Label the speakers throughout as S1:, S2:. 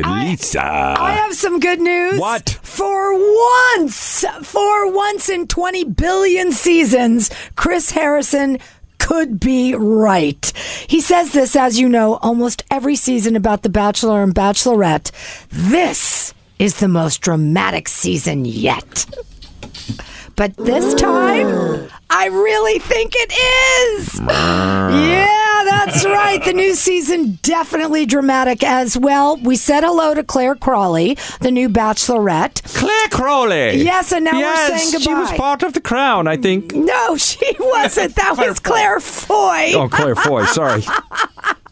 S1: Lisa.
S2: I have some good news.
S1: Uh, What?
S2: For once, for once in 20 billion seasons, Chris Harrison could be right. He says this, as you know, almost every season about The Bachelor and Bachelorette. This is the most dramatic season yet. But this time, I really think it is. Yeah, that's right. The new season definitely dramatic as well. We said hello to Claire Crawley, the new bachelorette.
S1: Claire Crowley.
S2: Yes, and now we're
S1: Yes,
S2: saying
S1: She was
S2: goodbye.
S1: part of the crown, I think.
S2: No, she wasn't. That was Claire Foy.
S1: Oh, Claire Foy. Sorry.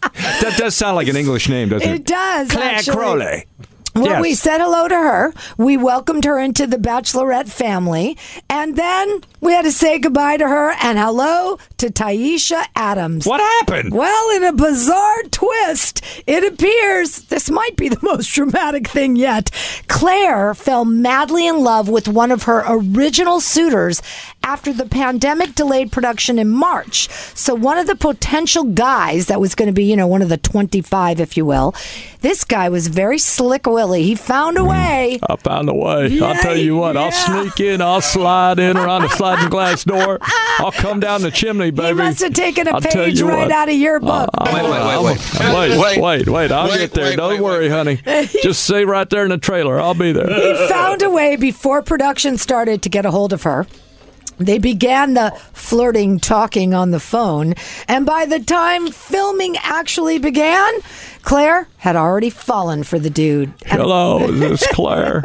S1: that does sound like an English name, doesn't it?
S2: It does.
S1: Claire
S2: actually.
S1: Crowley.
S2: Well,
S1: Yes.
S2: we said hello to her. We welcomed her into the Bachelorette family. And then we had to say goodbye to her and hello to Taisha Adams.
S1: What happened?
S2: Well, in a bizarre twist, it appears this might be the most dramatic thing yet. Claire fell madly in love with one of her original suitors after the pandemic delayed production in March. So, one of the potential guys that was going to be, you know, one of the 25, if you will, this guy was very slick Willie. He found a way.
S1: I found a way. I'll
S2: Yeah,
S1: tell you what, I'll
S2: yeah.
S1: sneak in, I'll slide in around the sliding glass door. I'll come down the chimney, baby.
S2: He must have taken a
S1: I'll tell
S2: page
S1: you
S2: right
S1: what. Uh,
S2: out of your book.
S3: Wait, wait, wait, wait.
S1: Wait, wait, wait, I'll
S3: Wait,
S1: get there.
S3: wait,
S1: Don't
S3: wait,
S1: worry, honey. Just stay right there in the trailer. I'll be there.
S2: he found a way before production started to get a hold of her. They began the flirting, talking on the phone, and by the time filming actually began, Claire had already fallen for the dude. And
S1: Hello, this is Claire.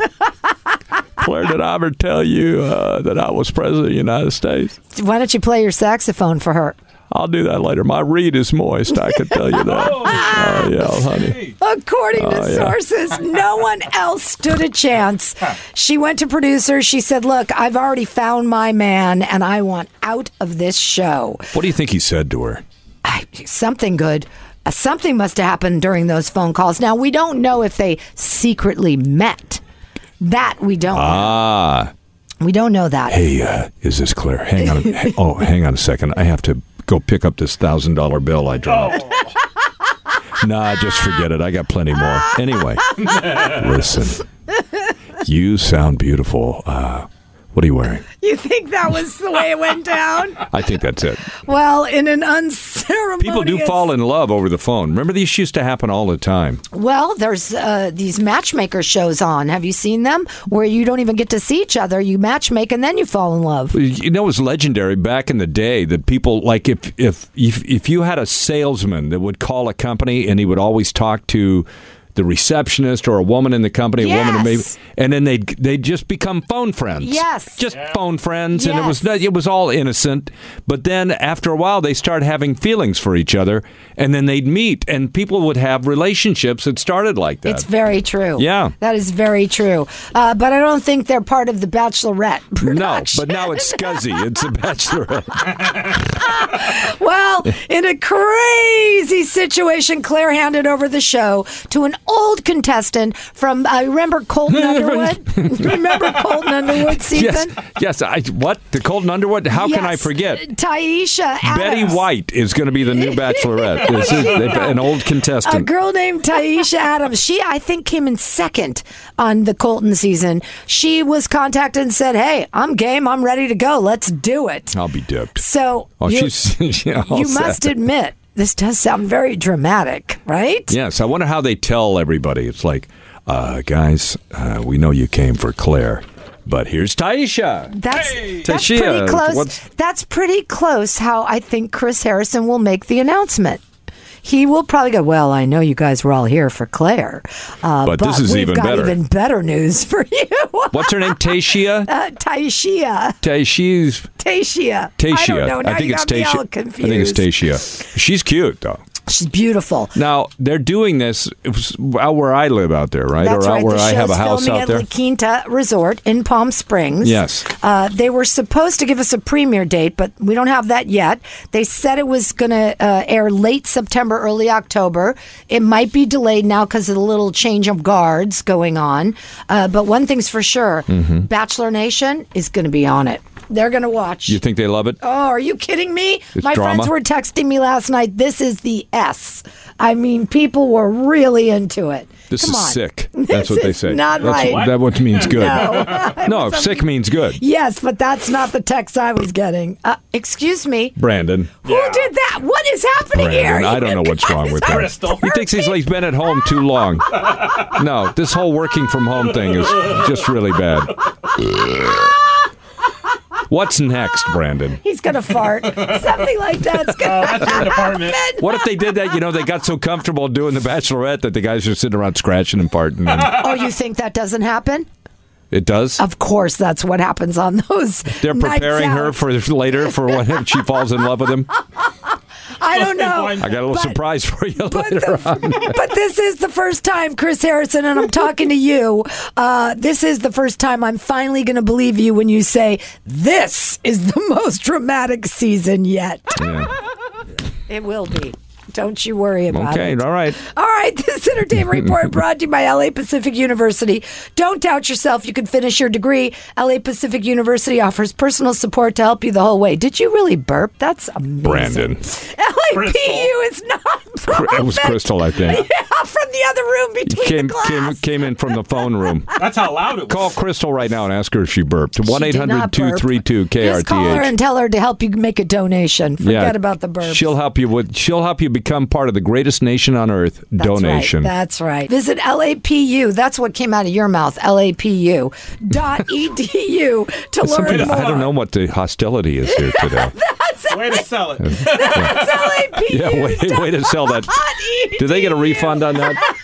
S1: Claire, did I ever tell you uh, that I was president of the United States?
S2: why don't you play your saxophone for her?
S1: I'll do that later. My reed is moist. I can tell you that. Oh, yeah, honey.
S2: According to
S1: Oh, yeah.
S2: sources, no one else stood a chance. She went to producer. She said, "Look, I've already found my man, and I want out of this show."
S1: What do you think he said to her?
S2: I, something good. Uh, Something must have happened during those phone calls. Now, we don't know if they secretly met. That we don't.
S1: Ah.
S2: we don't know that.
S1: Hey, uh, is this Claire? Hang on. ha- oh, hang on a second. I have to go pick up this thousand dollar bill I dropped. Nah, just forget it. I got plenty more. Anyway, listen. You sound beautiful. Uh, what are you wearing?
S2: You think that was the way it went down?
S1: I think that's it.
S2: Well, in an unceremonious.
S1: People do fall in love over the phone. Remember, these used to happen all the time.
S2: Well, there's uh, these matchmaker shows on. Have you seen them? Where you don't even get to see each other. You matchmake and then you fall in love.
S1: You know, it was legendary back in the day that people like if if if if you had a salesman that would call a company and he would always talk to the receptionist or a woman in the company, a woman, maybe,
S2: Yes.
S1: and then they'd they'd just become phone friends.
S2: Yes.
S1: just phone friends, and it was
S2: Yes.
S1: it was all innocent. But then after a while, they start having feelings for each other, and then they'd meet, and people would have relationships that started like that.
S2: It's very true.
S1: Yeah.
S2: That is very true. Uh, but I don't think they're part of the Bachelorette production.
S1: no, but now it's scuzzy. It's a bachelorette.
S2: Well, in a crazy situation, Claire handed over the show to an old contestant from, I remember Colton Underwood? remember Colton Underwood
S1: Yes,
S2: season?
S1: yes. I what the Colton Underwood? How can I
S2: Yes.
S1: forget?
S2: Taisha Adams.
S1: Betty White is going to be the new Bachelorette. This is an old
S2: A
S1: contestant.
S2: girl named Taisha Adams. She, I think, came in second on the Colton season. She was contacted and said, Hey, I'm game. I'm ready to go. Let's do it.
S1: I'll be dipped.
S2: So
S1: Oh,
S2: you,
S1: she's yeah, all
S2: you
S1: set.
S2: must admit, this does sound very dramatic, right?
S1: Yes, I wonder how they tell everybody. It's like, uh, guys, uh, we know you came for Claire, but here's Taisha.
S2: That's, that's
S1: Tashia,
S2: pretty close.
S1: what's-
S2: That's pretty close how I think Chris Harrison will make the announcement. He will probably go, Well, I know you guys were all here for Claire. Uh,
S1: But this is
S2: we've
S1: even
S2: got
S1: better."
S2: even better news for you.
S1: What's her name? Taisha.
S2: Uh, Taishia.
S1: Taisha's
S2: Taishia. I don't
S1: Taisha.
S2: know. Now you
S1: think it's
S2: got me all
S1: Taisha. I
S2: confused.
S1: think it's Taisha. She's cute though.
S2: She's beautiful.
S1: Now they're doing this out where I live out there, right?
S2: That's
S1: or out
S2: right.
S1: where
S2: the
S1: I have
S2: show's
S1: a house
S2: filming
S1: out there.
S2: at La Quinta Resort in Palm Springs.
S1: Yes.
S2: Uh, they were supposed to give us a premiere date, but we don't have that yet. They said it was going to uh, air late September, early October. It might be delayed now because of the little change of guards going on. Uh, but one thing's for sure
S1: Mm-hmm.
S2: Bachelor Nation is going to be on it. They're going to watch.
S1: You think they love it?
S2: Oh, are you kidding me?
S1: It's
S2: My
S1: drama.
S2: friends were texting me last night. This is the S. I mean, people were really into it.
S1: This
S2: Come
S1: is
S2: on.
S1: sick.
S2: This
S1: That's what they
S2: is
S1: say.
S2: not
S1: That's
S2: right.
S1: What, that what means good.
S2: No.
S1: No, if sick means good.
S2: Yes, but that's not the text I was getting. Uh, excuse me.
S1: Brandon.
S2: Who did that? What is happening
S1: Brandon,
S2: here?
S1: I don't know what's wrong with him.
S2: Crystal.
S1: Crystal. He thinks he's like, he's been at home too long. No, this whole working from home thing is just really bad. What's next, Brandon?
S2: He's gonna fart. Something like that's gonna
S3: Oh, that's your department.
S2: happen.
S1: What if they did that? You know, they got so comfortable doing The Bachelorette that the guys are sitting around scratching and farting. And
S2: Oh, you think that doesn't happen?
S1: it does.
S2: Of course, that's what happens on those.
S1: They're
S2: nights
S1: preparing her
S2: out.
S1: for later for when she falls in love with him.
S2: I don't know.
S1: I got a little
S2: But-
S1: surprise for you
S2: But,
S1: later
S2: the- but this is the first time, Chris Harrison, and I'm talking to you. Uh, this is the first time I'm finally going to believe you when you say this is the most dramatic season yet.
S1: Yeah.
S2: It will be. Don't you worry about it.
S1: Okay, all right.
S2: All right, this entertainment report brought to you by LA Pacific University. Don't doubt yourself. You can finish your degree. LA Pacific University offers personal support to help you the whole way. Did you really burp? That's amazing.
S1: Brandon.
S2: LAPU is not.
S1: It was Crystal, I think.
S2: Yeah, from the other room between
S1: Came,
S2: the glass.
S1: came, came in from the phone room.
S3: That's how loud it was.
S1: Call Crystal right now and ask her if she burped.
S2: She
S1: 1
S2: did not
S1: 800
S2: burp.
S1: 232
S2: Just call her
S1: KRTH.
S2: and tell her to help you make a donation. Forget about the burp.
S1: She'll help you with she'll help you become part of the greatest nation on earth
S2: That's
S1: donation.
S2: Right. That's right. Visit LAPU. That's what came out of your mouth. LAPU dot edu to learn
S1: Something
S2: more.
S1: I don't know what the hostility is here today.
S3: Way to sell it.
S2: That's LAPU.
S1: yeah, way, way to sell that.
S2: dot edu.
S1: Do they get a refund on that?